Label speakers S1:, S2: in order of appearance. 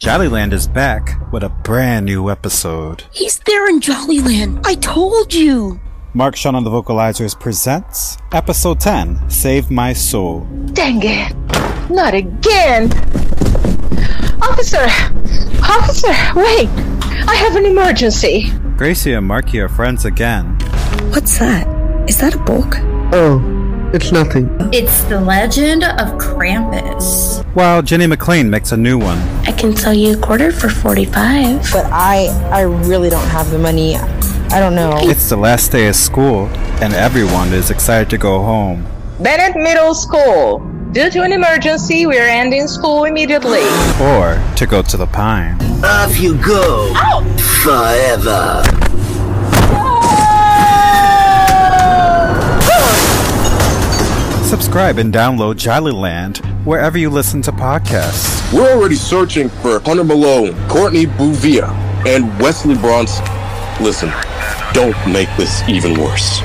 S1: Jollyland is back with a brand new episode.
S2: He's there in Jollyland. I told you.
S1: Mark Sean on the Vocalizers presents Episode 10 Save My Soul.
S3: Dang it. Not again. Officer! Officer, wait! I have an emergency.
S1: Gracie and Marky are friends again.
S4: What's that? Is that a book?
S5: Oh, it's nothing.
S6: It's the legend of Krampus.
S1: While Jenny McLean makes a new one.
S7: I can sell you a quarter for 45.
S8: But I I really don't have the money. I don't know.
S1: It's the last day of school, and everyone is excited to go home.
S3: Bennett Middle School. Due to an emergency, we are ending school immediately.
S1: Or to go to the pine.
S9: Off you go. Forever.
S1: Subscribe and download Jollyland wherever you listen to podcasts.
S10: We're already searching for Hunter Malone, Courtney Bouvia, and Wesley Bronson. Listen, don't make this even worse.